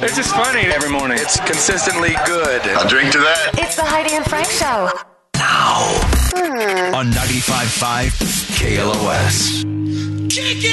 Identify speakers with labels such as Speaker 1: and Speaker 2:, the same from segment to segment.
Speaker 1: It's just funny every morning.
Speaker 2: It's consistently good.
Speaker 3: I'll drink to that.
Speaker 4: It's the Heidi and Frank Show.
Speaker 5: on 95.5 KLOS.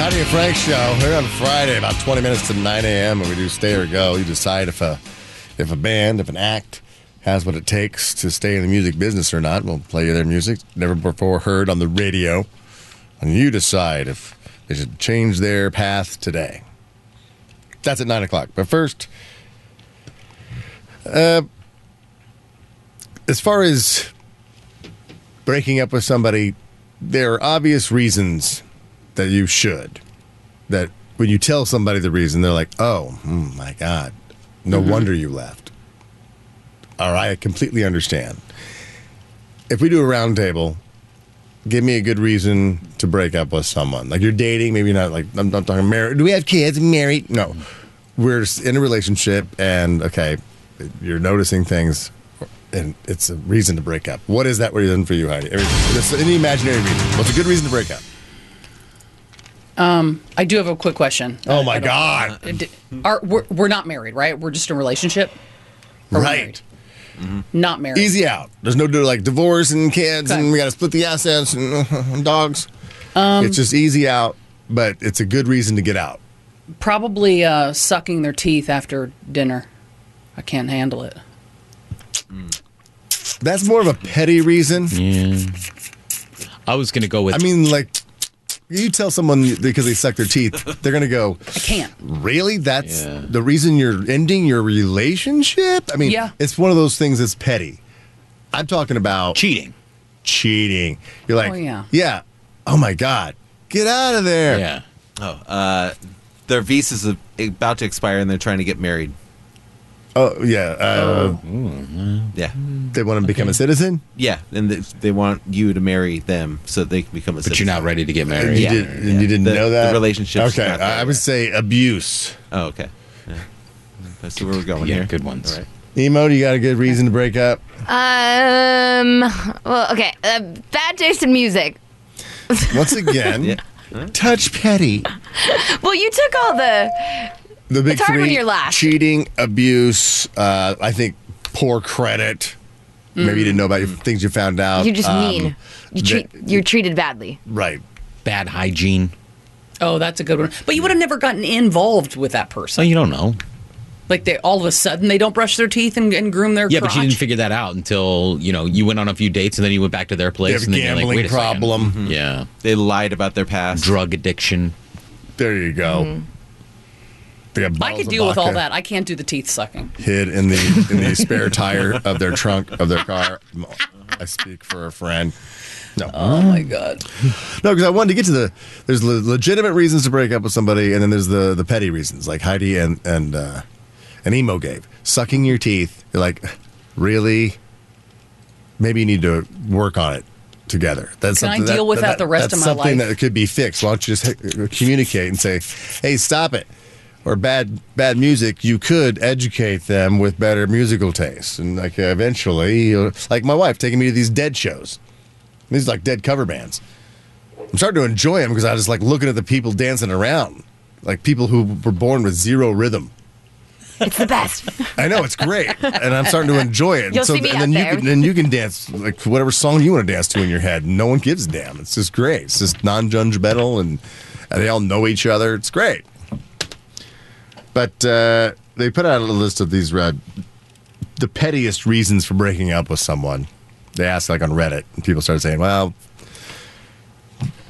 Speaker 6: Howdy and Frank show here on Friday, about 20 minutes to 9 a.m. And we do stay or go. You decide if a if a band, if an act has what it takes to stay in the music business or not. We'll play you their music never before heard on the radio, and you decide if they should change their path today. That's at nine o'clock. But first, uh, as far as breaking up with somebody, there are obvious reasons that you should. That when you tell somebody the reason, they're like, oh, mm, my God, no wonder you left. All right, I completely understand. If we do a roundtable, give me a good reason to break up with someone. Like you're dating, maybe not like, I'm not talking married. Do we have kids? Married? No. We're in a relationship and okay, you're noticing things and it's a reason to break up. What is that reason for you, Heidi? Every- Just any imaginary reason. What's a good reason to break up?
Speaker 7: I do have a quick question. Uh,
Speaker 6: Oh my God.
Speaker 7: D- Are we're, we're not married, right? We're just in a relationship. Or we're
Speaker 6: Right.
Speaker 7: married? Not married.
Speaker 6: Easy out. There's no do like divorce and kids,
Speaker 7: Okay.
Speaker 6: and we got to split the assets and dogs. it's just easy out, but it's a good reason to get out.
Speaker 7: Probably uh, sucking their teeth after dinner. I can't handle it.
Speaker 6: That's more of a petty reason.
Speaker 8: Yeah. I was gonna go with.
Speaker 6: I mean, like you tell someone because they suck their teeth, they're gonna go.
Speaker 7: I can't.
Speaker 6: Really? That's
Speaker 8: Yeah.
Speaker 6: the reason you're ending your relationship? I mean,
Speaker 7: Yeah.
Speaker 6: it's one of those things that's petty. I'm talking about
Speaker 8: cheating.
Speaker 6: cheating. You're like,
Speaker 7: Oh, yeah.
Speaker 6: Oh my God. Get out of there.
Speaker 8: Yeah.
Speaker 9: Their visa's a- about to expire and they're trying to get married.
Speaker 6: Oh, yeah. Uh,
Speaker 9: Yeah.
Speaker 6: They want to become a citizen?
Speaker 9: Yeah. And they, they want you to marry them so they can become a
Speaker 8: But you're not ready to get married.
Speaker 6: And you,
Speaker 9: Yeah.
Speaker 6: did, and you didn't
Speaker 9: The-
Speaker 6: know
Speaker 9: the
Speaker 6: that
Speaker 9: relationship's
Speaker 6: Okay,
Speaker 9: not there
Speaker 6: I I would
Speaker 9: yet.
Speaker 6: say abuse.
Speaker 9: Oh, okay. Yeah. That's where we're going
Speaker 8: Yeah,
Speaker 9: here.
Speaker 8: good ones.
Speaker 9: All right.
Speaker 6: Emo, do you got a good reason to break up?
Speaker 4: Um. Well, okay. Uh, bad taste in music.
Speaker 6: Once again,
Speaker 9: Yeah.
Speaker 6: touch petty.
Speaker 4: Well, you took all the.
Speaker 6: The big
Speaker 4: It's hard
Speaker 6: three:
Speaker 4: when you're last.
Speaker 6: cheating, abuse. Uh, I think poor credit. Maybe you didn't know about your, things you found out.
Speaker 4: You're just
Speaker 6: Um,
Speaker 4: mean. You
Speaker 6: the-
Speaker 4: treat. You're treated badly.
Speaker 6: Right.
Speaker 8: Bad hygiene.
Speaker 7: Oh, that's a good one. But you would have never gotten involved with that
Speaker 8: So
Speaker 7: person.
Speaker 8: you don't know.
Speaker 7: Like they all of a sudden they don't brush their teeth and, and groom their
Speaker 8: Yeah,
Speaker 7: crotch.
Speaker 8: but you didn't figure that out until you know you went on a few dates and then you went back to their
Speaker 6: They
Speaker 8: place
Speaker 6: have a
Speaker 8: and then
Speaker 6: gambling
Speaker 8: you're like, Wait a second. Mm-hmm.
Speaker 6: problem.
Speaker 8: Yeah,
Speaker 9: They lied about their past.
Speaker 8: drug addiction.
Speaker 6: There you go.
Speaker 4: Mm-hmm.
Speaker 6: They got
Speaker 7: I
Speaker 6: bottles
Speaker 7: could
Speaker 6: of
Speaker 7: deal with all
Speaker 6: vodka
Speaker 7: that. I can't do the teeth sucking.
Speaker 8: Oh.
Speaker 6: Hid in the in the spare tire of their trunk of their car. I speak for a friend. No.
Speaker 7: Oh my god.
Speaker 6: No, because I wanted to get to the. There's le- legitimate reasons to break up with somebody, and then there's the the petty reasons, like Heidi and and uh, and emo gave sucking your teeth. You're like, really? Maybe you need to work on it together. That's
Speaker 7: Can I
Speaker 6: something
Speaker 7: deal with that the rest
Speaker 6: that's
Speaker 7: of my
Speaker 6: something
Speaker 7: life?
Speaker 6: that could be fixed. Why don't you just uh, communicate and say, hey, stop it. Or bad bad music, you could educate them with better musical taste, and like eventually, you'll- like my wife taking me to these dead shows. These are like dead cover bands. I'm starting to enjoy them because I just like looking at the people dancing around, like people who were born with zero rhythm.
Speaker 4: It's the best.
Speaker 6: I know it's great, and I'm starting to enjoy it.
Speaker 4: You'll see me
Speaker 6: and
Speaker 4: out
Speaker 6: then
Speaker 4: there.
Speaker 6: you can, then you can dance like whatever song you want to dance to in your head. No one gives a damn. It's just great. It's just non-judgmental, and, and they all know each other. It's great. But uh, they put out a list of these uh, the pettiest reasons for breaking up with someone. They asked like on Reddit, and people started saying, "Well,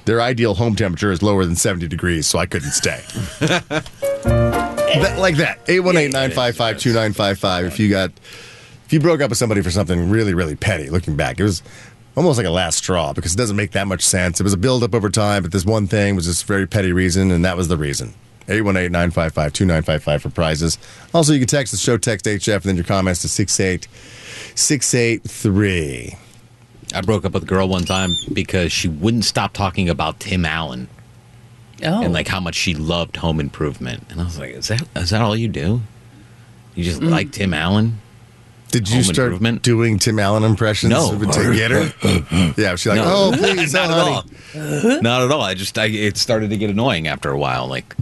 Speaker 6: their ideal home temperature is lower than 70 degrees, so I couldn't stay." That- like that. 818-955-2955 if you got if you broke up with somebody for something really really petty looking back. It was almost like a last straw because it doesn't make that much sense. It was a build up over time, but this one thing was this very petty reason and that was the reason. 818-955-2955 for prizes. Also, you can text the show text HF and then your comments to 68683.
Speaker 8: I broke up with a girl one time because she wouldn't stop talking about Tim Allen
Speaker 7: Oh.
Speaker 8: and like how much she loved Home Improvement, and I was like, is that is that all you do? You just like Tim Allen?
Speaker 6: Did you
Speaker 8: Home
Speaker 6: start
Speaker 8: Improvement.
Speaker 6: doing Tim Allen impressions
Speaker 8: No.
Speaker 6: to get her? yeah, she's like,
Speaker 8: No.
Speaker 6: oh, please,
Speaker 8: Not
Speaker 6: oh,
Speaker 8: at
Speaker 6: honey.
Speaker 8: all. Not at all. I just I, it started to get annoying after a while. Like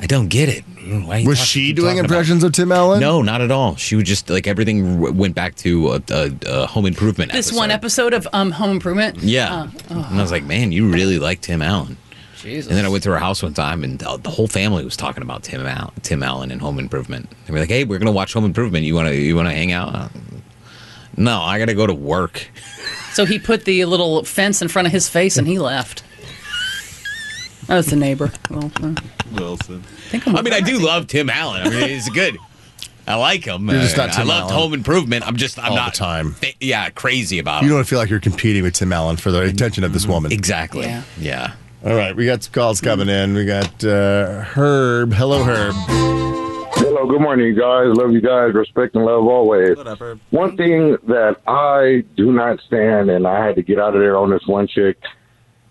Speaker 8: I don't get it. Why you
Speaker 6: Was
Speaker 8: talk-
Speaker 6: she
Speaker 8: keep
Speaker 6: doing
Speaker 8: talking about-
Speaker 6: impressions of Tim Allen?
Speaker 8: No, not at all. She would just like everything w- went back to a, a, a Home Improvement.
Speaker 7: Oh. This one oh, episode of um, Home Improvement. Uh,
Speaker 8: Yeah, and I was like, man, you really like Tim Allen.
Speaker 7: Jesus.
Speaker 8: And then I went to her house one time, and uh, the, the whole family was talking about Tim Allen, Tim Allen, and Home Improvement. They were like, "Hey, we're gonna watch Home Improvement. You wanna you wanna hang out?" Uh, No, I gotta go to work.
Speaker 7: So he put the little fence in front of his face and he left. That was the neighbor. Well, uh,
Speaker 9: Wilson.
Speaker 7: I think I'm
Speaker 8: I mean, I do love Tim Allen. I mean, he's good. I like him.
Speaker 6: You're just not
Speaker 8: Uh, I
Speaker 6: Tim
Speaker 8: loved
Speaker 6: Allen.
Speaker 8: Home Improvement. I'm just I'm
Speaker 6: All the
Speaker 8: not
Speaker 6: time.
Speaker 8: fa- yeah, crazy about
Speaker 6: You
Speaker 8: him.
Speaker 6: don't feel like you're competing with Tim Allen for the attention of this woman.
Speaker 8: Exactly.
Speaker 7: Yeah.
Speaker 8: yeah.
Speaker 6: All right, we got some calls coming in. We got uh, Herb. Hello, Herb.
Speaker 2: Hello, good morning, guys. Love you guys. Respect and love always.
Speaker 9: Whatever.
Speaker 2: One thing that I do not stand, and I had to get out of there on this one chick.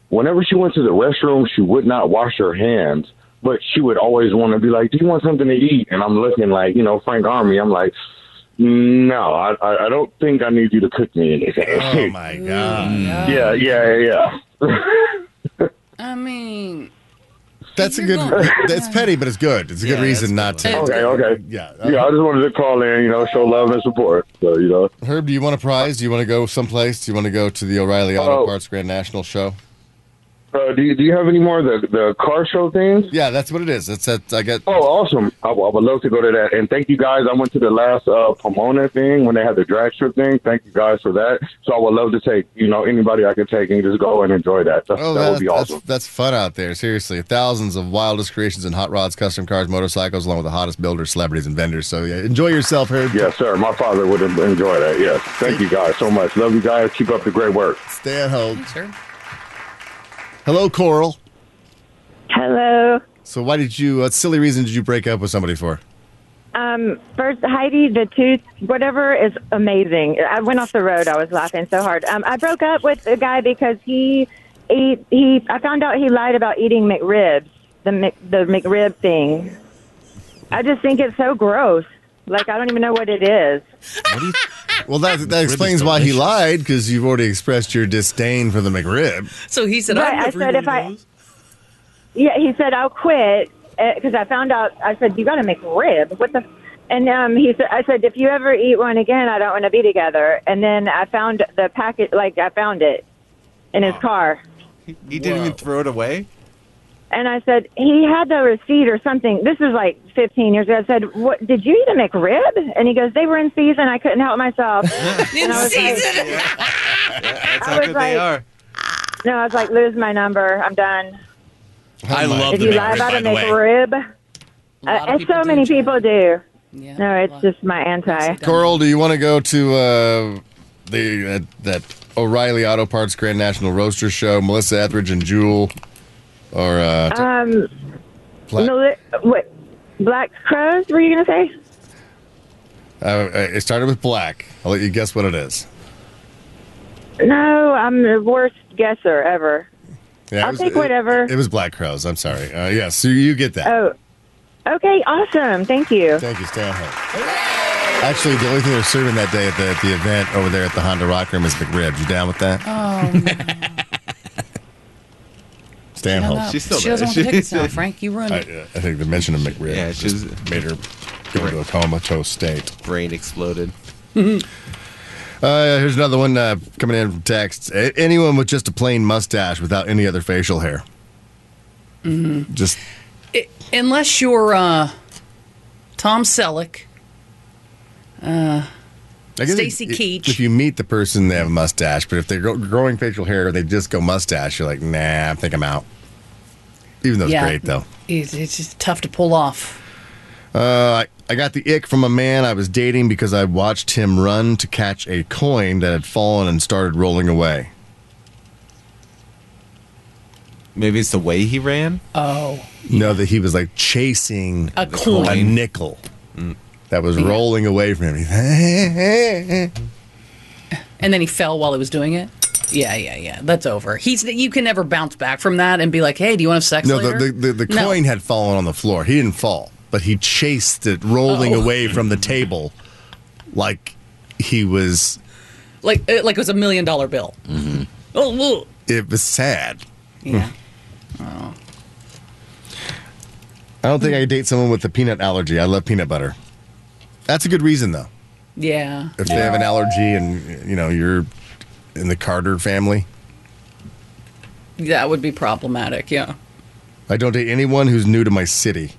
Speaker 2: Whenever she went to the restroom, she would not wash her hands, but she would always want to be like, "Do you want something to eat?" And I'm looking like, you know, Frank Army. I'm like, no, I, I I don't think I need you to cook me anything.
Speaker 6: Oh my God,
Speaker 2: yeah, yeah, yeah.
Speaker 7: I mean,
Speaker 6: that's a good. That's petty, but it's good. It's a good
Speaker 8: Yeah, that's
Speaker 6: reason not
Speaker 8: good.
Speaker 6: to.
Speaker 2: Okay, okay.
Speaker 6: Yeah. Uh,
Speaker 2: Yeah, I just wanted to call in, you know, show love and support. So, you know,
Speaker 6: Herb, do you want a prize? Do you want to go someplace? Do you want to go to the O'Reilly Auto
Speaker 2: Oh.
Speaker 6: Parts Grand National Show?
Speaker 2: uh, do you, do you have any more of the the car show things?
Speaker 6: Yeah, that's what it is. It's that I got.
Speaker 2: Oh, awesome! I, I would love to go to that. And thank you guys. I went to the last uh, Pomona thing when they had the drag strip thing. Thank you guys for that. So I would love to take you know anybody I could take and just go and enjoy that. That,
Speaker 6: Oh,
Speaker 2: that would be
Speaker 6: that's,
Speaker 2: awesome.
Speaker 6: that's fun out there. Seriously, thousands of wildest creations in hot rods, custom cars, motorcycles, along with the hottest builders, celebrities, and vendors. So yeah, enjoy yourself, Herb.
Speaker 2: Yes, sir. My father would en- enjoy that. Yes. Thank you guys so much. Love you guys. Keep up the great work.
Speaker 6: Stay at home.
Speaker 7: sure.
Speaker 6: Hello, Coral.
Speaker 3: Hello.
Speaker 6: So why did you? What silly reason did you break up with somebody for?
Speaker 3: Um, first, Heidi, the tooth, whatever is amazing. I went off the road. I was laughing so hard. Um, I broke up with a guy because he ate, he, I found out he lied about eating McRibs, the, Mc, the McRib thing. I just think it's so gross. Like, I don't even know what it is.
Speaker 8: What do you?
Speaker 6: Well, that that
Speaker 8: is
Speaker 6: explains why he
Speaker 8: delicious.
Speaker 6: lied because you've already expressed your disdain for the McRib.
Speaker 7: So he said, "I've
Speaker 3: Right, I
Speaker 7: never
Speaker 3: said
Speaker 7: eaten
Speaker 3: if I- uh,
Speaker 7: those."
Speaker 3: Yeah, he said I'll quit because I found out. I said you got to make rib. What the? And um, he said, I said if you ever eat one again, I don't want to be together. And then I found the packet. Like I found it in his car.
Speaker 9: He didn't even throw it away.
Speaker 3: And I said he had the receipt or something. This is like 15 years ago. I said, "What did you eat a McRib?" And he goes, "They were in season. I couldn't help myself."
Speaker 7: In
Speaker 3: and I was
Speaker 7: season.
Speaker 3: like,
Speaker 9: That's
Speaker 3: I
Speaker 9: how
Speaker 3: was
Speaker 9: good they
Speaker 3: like-
Speaker 9: are.
Speaker 3: "No, I was like, lose my number. I'm done."
Speaker 8: I
Speaker 6: my-
Speaker 8: love
Speaker 3: If
Speaker 8: the
Speaker 3: you lie
Speaker 8: McRib,
Speaker 3: about
Speaker 8: by
Speaker 3: a
Speaker 8: the way.
Speaker 3: McRib,
Speaker 7: A lot
Speaker 3: uh,
Speaker 7: of
Speaker 3: and
Speaker 7: people
Speaker 3: so
Speaker 7: do,
Speaker 3: many
Speaker 7: Chad.
Speaker 3: people do.
Speaker 7: Yeah,
Speaker 3: No,
Speaker 7: a
Speaker 3: it's
Speaker 7: lot.
Speaker 3: just my anti.
Speaker 6: Coral, do you want to go to uh, the uh, that O'Reilly Auto Parts Grand National Roaster Show? Melissa Etheridge and Jewel, or uh,
Speaker 3: Um,
Speaker 6: Pla-
Speaker 3: Mili- what? Black Crows? Were you gonna say?
Speaker 6: uh, it started with black. I'll let you guess what it is.
Speaker 3: No, I'm the worst guesser ever.
Speaker 6: Yeah,
Speaker 3: I'll take whatever.
Speaker 6: It, was black crows. I'm sorry. Uh, yes, so you get that.
Speaker 3: Oh, okay, awesome. Thank you.
Speaker 6: Thank you. Stay at home. Actually, the only thing they're serving that day at the, at the event over there at the Honda Rock Room is McRib. You down with that? Stay at home.
Speaker 7: No,
Speaker 9: She's still
Speaker 7: she
Speaker 9: there.
Speaker 7: doesn't want to
Speaker 9: She-
Speaker 7: pick us now, Frank. You ruined
Speaker 6: I,
Speaker 7: it.
Speaker 6: I think the mention of McRib
Speaker 9: Yeah,
Speaker 6: just
Speaker 9: she's-
Speaker 6: made her go into a comatose state.
Speaker 9: Brain exploded.
Speaker 6: Uh, here's another one uh, coming in from texts. A- anyone with just a plain mustache without any other facial hair. Just
Speaker 7: I- unless you're uh, Tom Selleck.
Speaker 6: I guess
Speaker 7: Stacy
Speaker 6: if-
Speaker 7: Keach.
Speaker 6: If you meet the person, they have a mustache, but if they're gro- growing facial hair, they just go mustache. You're like, nah, I think I'm out. Even though it's
Speaker 7: Yeah.
Speaker 6: great though.
Speaker 7: It's, it's just tough to pull off.
Speaker 6: Uh, I, I got the ick from a man I was dating because I watched him run to catch a coin that had fallen and started rolling away.
Speaker 9: Maybe it's the way he ran.
Speaker 8: Uh,
Speaker 7: Oh,
Speaker 6: No, that he was like chasing
Speaker 7: a
Speaker 6: a
Speaker 7: coin.
Speaker 6: nickel that was rolling away from him.
Speaker 7: And then he fell while he was doing it. Yeah, yeah, yeah. That's over. He's you can never bounce back from that and be like, hey, do you want to have sex
Speaker 6: no,
Speaker 7: later?
Speaker 6: the, the, the, the
Speaker 7: No.
Speaker 6: coin had fallen on the floor. He didn't fall, but he chased it rolling
Speaker 7: Oh.
Speaker 6: away from the table like he was
Speaker 7: Like uh, like it was a million dollar bill. Oh, whoa.
Speaker 6: it was sad.
Speaker 7: yeah.
Speaker 6: I don't think I could date someone with a peanut allergy. I love peanut butter. That's a good reason though.
Speaker 7: Yeah.
Speaker 6: If they have an allergy and you know you're in the Carter family,
Speaker 7: That would be problematic. Yeah.
Speaker 6: I don't date anyone who's new to my city.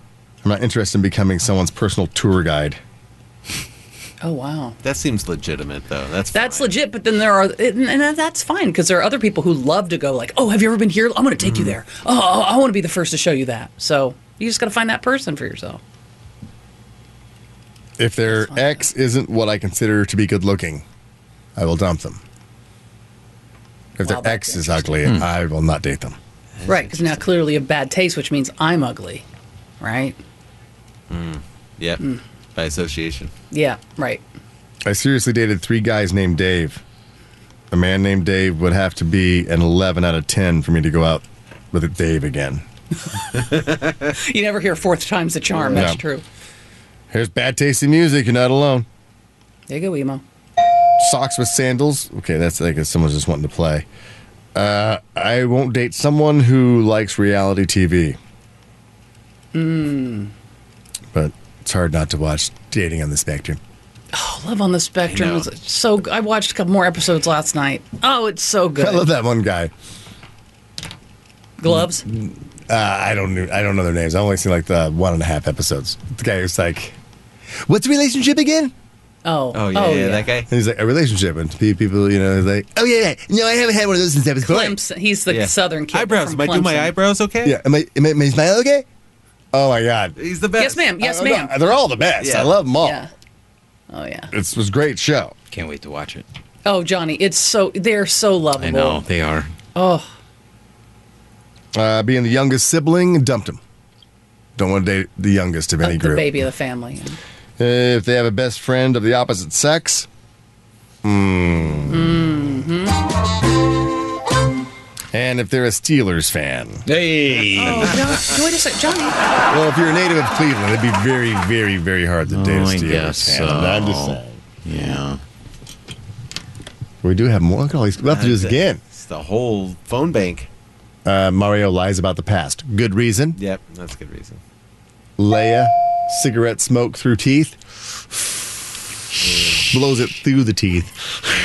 Speaker 6: I'm not interested in becoming someone's personal tour guide.
Speaker 7: Oh wow.
Speaker 9: That seems legitimate, though. That's
Speaker 7: That's legit, but then there are, and and that's fine because there are other people who love to go like, "Oh, have you ever been here? I'm going to take you there. Oh, oh, I want to be the first to show you that." So you just got to find that person for yourself.
Speaker 6: If their ex isn't what I consider to be good looking, I will dump them. If
Speaker 7: Wow,
Speaker 6: their
Speaker 7: that's
Speaker 6: ex is ugly, I will not date them.
Speaker 7: Right, because now clearly a bad taste, which means I'm ugly, right?
Speaker 9: Yep.
Speaker 8: mm.
Speaker 9: By association.
Speaker 7: Yeah, right.
Speaker 6: I seriously dated three guys named Dave. A man named Dave would have to be an 11 out of 10 for me to go out with Dave again.
Speaker 7: You never hear fourth time's the charm. That's
Speaker 6: No.
Speaker 7: true.
Speaker 6: Here's bad taste in music. You're not alone.
Speaker 7: There you go, emo.
Speaker 6: Socks with sandals. Okay, that's like if someone's just wanting to play. Uh, I won't date someone who likes reality TV.
Speaker 7: Hmm.
Speaker 6: But it's hard not to watch dating on the spectrum.
Speaker 7: Oh, Love on the Spectrum
Speaker 9: know.
Speaker 7: is so. g- I watched a couple more episodes last night. Oh, it's
Speaker 6: I
Speaker 7: so
Speaker 6: love
Speaker 7: good.
Speaker 6: that one guy.
Speaker 7: Gloves.
Speaker 9: Mm-hmm.
Speaker 6: Uh, I don't know. I don't know their names. I only seen like the one and a half episodes. The guy who's like, "What's a relationship again?"
Speaker 7: Oh,
Speaker 9: Oh yeah, yeah, that guy.
Speaker 6: And he's like, "A relationship." And pe- people, you know, is like, "Oh yeah, yeah, no, I haven't had one of those since I was born."
Speaker 7: Clemson. He's the
Speaker 9: Yeah.
Speaker 7: southern kid.
Speaker 9: Eyebrows.
Speaker 7: from
Speaker 9: Am I doing my
Speaker 7: Clemson.
Speaker 9: eyebrows okay?
Speaker 6: Yeah, am I, am I, am I smile okay? Oh my god,
Speaker 9: He's the best.
Speaker 7: Yes, ma'am. Yes,
Speaker 6: I- I-
Speaker 7: ma'am.
Speaker 6: They're all the best.
Speaker 9: Yeah.
Speaker 6: I love them all.
Speaker 7: Yeah. Oh yeah.
Speaker 6: It's was a great show.
Speaker 8: Can't wait to watch it.
Speaker 7: Oh, Johnny, it's so they're so lovable.
Speaker 8: I know they are.
Speaker 7: Oh,
Speaker 6: Uh, being the youngest sibling, dumped him. Don't want to date the youngest of any
Speaker 7: the
Speaker 6: group.
Speaker 7: baby of the family.
Speaker 6: Uh, if they have a best friend of the opposite sex,
Speaker 8: Mm-hmm.
Speaker 6: mm. hmm and if they're a Steelers fan.
Speaker 8: Hey,
Speaker 7: Oh, John, wait a sec, Johnny.
Speaker 6: Well, if you're a native of Cleveland, it'd be very, very, very hard to date a
Speaker 8: Oh, I
Speaker 6: Steelers
Speaker 8: guess
Speaker 6: fan. I'm just
Speaker 8: so.
Speaker 6: saying.
Speaker 8: yeah.
Speaker 6: We do have more. Look at all these. We'll have to do this
Speaker 9: That's it.
Speaker 6: again.
Speaker 9: It's the whole phone bank.
Speaker 6: Uh, Mario lies about the past. Good reason.
Speaker 9: Yep, that's a good reason.
Speaker 6: Leia, cigarette smoke through teeth. Blows it through the teeth.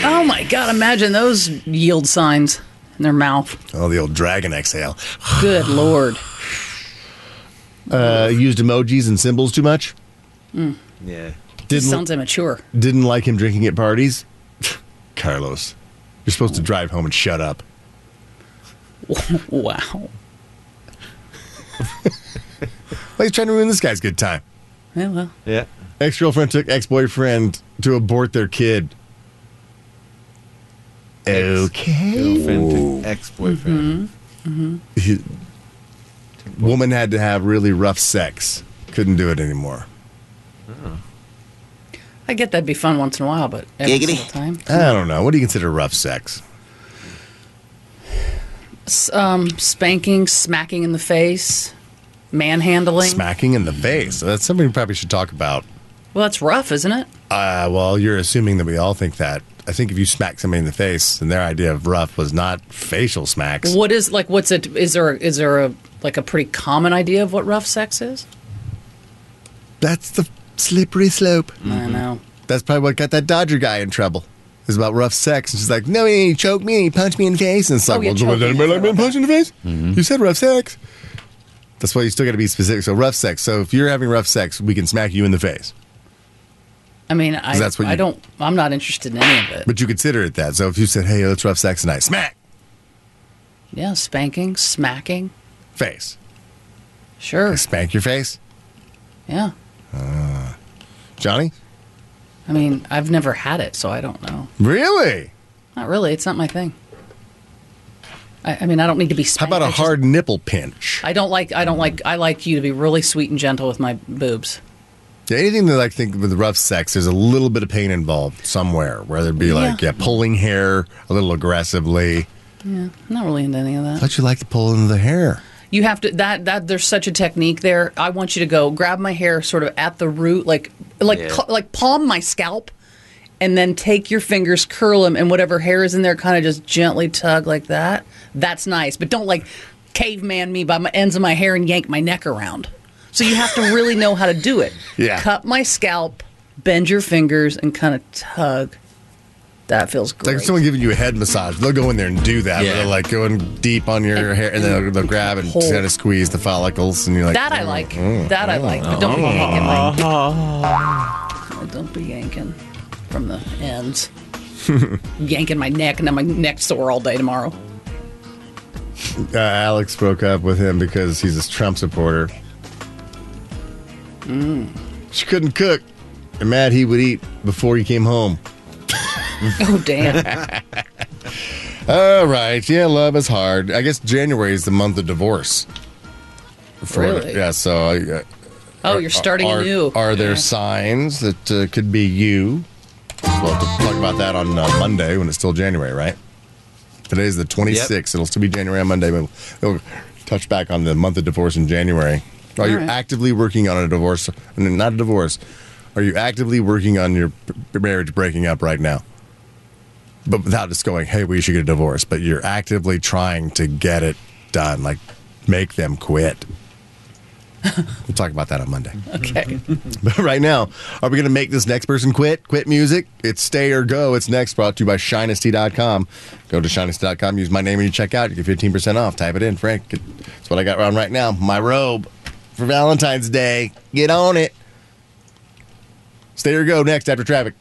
Speaker 7: Oh my God! Imagine those yield signs in their mouth.
Speaker 6: Oh, the old dragon exhale.
Speaker 7: Good lord.
Speaker 6: Uh, used emojis and symbols too much.
Speaker 9: Yeah.
Speaker 7: This
Speaker 6: Didn't
Speaker 7: sounds immature.
Speaker 6: didn't like him drinking at parties. Carlos, you're supposed to drive home and shut up.
Speaker 7: Wow.
Speaker 6: Well, he's trying to ruin this guy's good time.
Speaker 7: Yeah, well,
Speaker 9: Yeah.
Speaker 6: Ex girlfriend took ex boyfriend to abort their kid. Okay.
Speaker 9: Girlfriend to ex-boyfriend.
Speaker 6: He- woman had to have really rough sex. Couldn't do it anymore.
Speaker 7: I get that'd be fun once in a while, but every single time.
Speaker 6: I don't know. What do you consider rough sex?
Speaker 7: S- Um, spanking, smacking in the face, manhandling.
Speaker 6: Smacking in the face. That's something we probably should talk about.
Speaker 7: Well, that's rough, isn't it?
Speaker 6: Uh, well, you're assuming that we all think that. I think if you smack somebody in the face, and their idea of rough was not facial smacks.
Speaker 7: What is like? What's it? Is there is there a like a pretty common idea of what rough sex is?
Speaker 6: That's the slippery slope.
Speaker 7: I know.
Speaker 6: That's probably what got that Dodger guy in trouble. It's about rough sex, and she's like, "No, he choked me, and he punched me in the face." And it's like,
Speaker 7: yeah,
Speaker 6: "Well, did
Speaker 7: choking,
Speaker 6: anybody
Speaker 7: I
Speaker 6: like being
Speaker 7: forgot
Speaker 6: punched in the Mm-hmm. face? You said rough sex." That's why you still got to be specific. So rough sex. So if you're having rough sex, we can smack you in the face,
Speaker 7: I mean, I
Speaker 6: that's what
Speaker 7: I
Speaker 6: you-
Speaker 7: don't. I'm not interested in any of it.
Speaker 6: but you consider it that. So if you said, "Hey, let's rough sex tonight," smack
Speaker 7: Yeah, spanking, smacking.
Speaker 6: face,
Speaker 7: Sure.
Speaker 6: spank your face,
Speaker 7: Yeah.
Speaker 6: Johnny.
Speaker 7: I mean, I've never had it, so I don't know.
Speaker 6: Really?
Speaker 7: Not really. It's not my thing. I, I mean, I don't need to be.
Speaker 6: How
Speaker 7: Spanked.
Speaker 6: about
Speaker 7: I
Speaker 6: a
Speaker 7: just-
Speaker 6: hard nipple pinch?
Speaker 7: I don't like. I don't like. I like you to be really sweet and gentle with my boobs.
Speaker 6: Yeah, anything that I think with rough sex, there's a little bit of pain involved somewhere, whether it be like yeah, pulling hair a little aggressively.
Speaker 7: I'm not really into any of that.
Speaker 6: But you like to pull in the hair.
Speaker 7: You have to that that there's such a technique there. I want you to go grab my hair sort of at the root, like like
Speaker 9: Yeah.
Speaker 7: cl- like palm my scalp, and then take your fingers, curl them, and whatever hair is in there, kind of just gently tug like that. That's nice, but don't like caveman me by my ends of my hair and yank my neck around. So you have to really know how to do it.
Speaker 6: Yeah.
Speaker 7: Cup my scalp, bend your fingers, and kind of tug. That feels
Speaker 6: It's like
Speaker 7: great.
Speaker 6: if someone giving you a head massage, they'll go in there and do that.
Speaker 8: Yeah.
Speaker 6: But they're like going deep on your hair, and then they'll, they'll grab and
Speaker 7: Hold.
Speaker 6: kind of squeeze the follicles, and you're like,
Speaker 7: that I like. that I like. But don't be yanking. Like, Oh, don't be yanking from the ends. yanking my neck, and then my neck's sore all day tomorrow.
Speaker 6: uh, Alex broke up with him because he's a Trump supporter. She couldn't cook, and mad he would eat before he came home.
Speaker 7: Oh damn!
Speaker 6: All right, yeah, love is hard. I guess January is the month of divorce. For-
Speaker 7: Really?
Speaker 6: Yeah. So, I, uh,
Speaker 7: Oh, you're starting
Speaker 6: are,
Speaker 7: new.
Speaker 6: Are there signs that uh, could be you? We'll have to talk about that on uh, Monday when it's still January, right? Today's the 26th. It'll still be January on Monday, but we'll touch back on the month of divorce in January. Are you
Speaker 7: All right.
Speaker 6: actively working on a divorce? no, Not a divorce. Are you actively working on your p- marriage breaking up right now? But without just going, hey, we should get a divorce, but you're actively trying to get it done, like make them quit. we'll talk about that on Monday.
Speaker 7: Okay.
Speaker 6: But right now, are we going to make this next person quit? Quit music? It's stay or go. It's next brought to you by Shinesty.com. Go to Shinesty.com, use my name when you check out. You get 15% off. Type it in, Frank. Get- That's what I got on right now. My robe for Valentine's Day. Get on it. Stay or go next after traffic.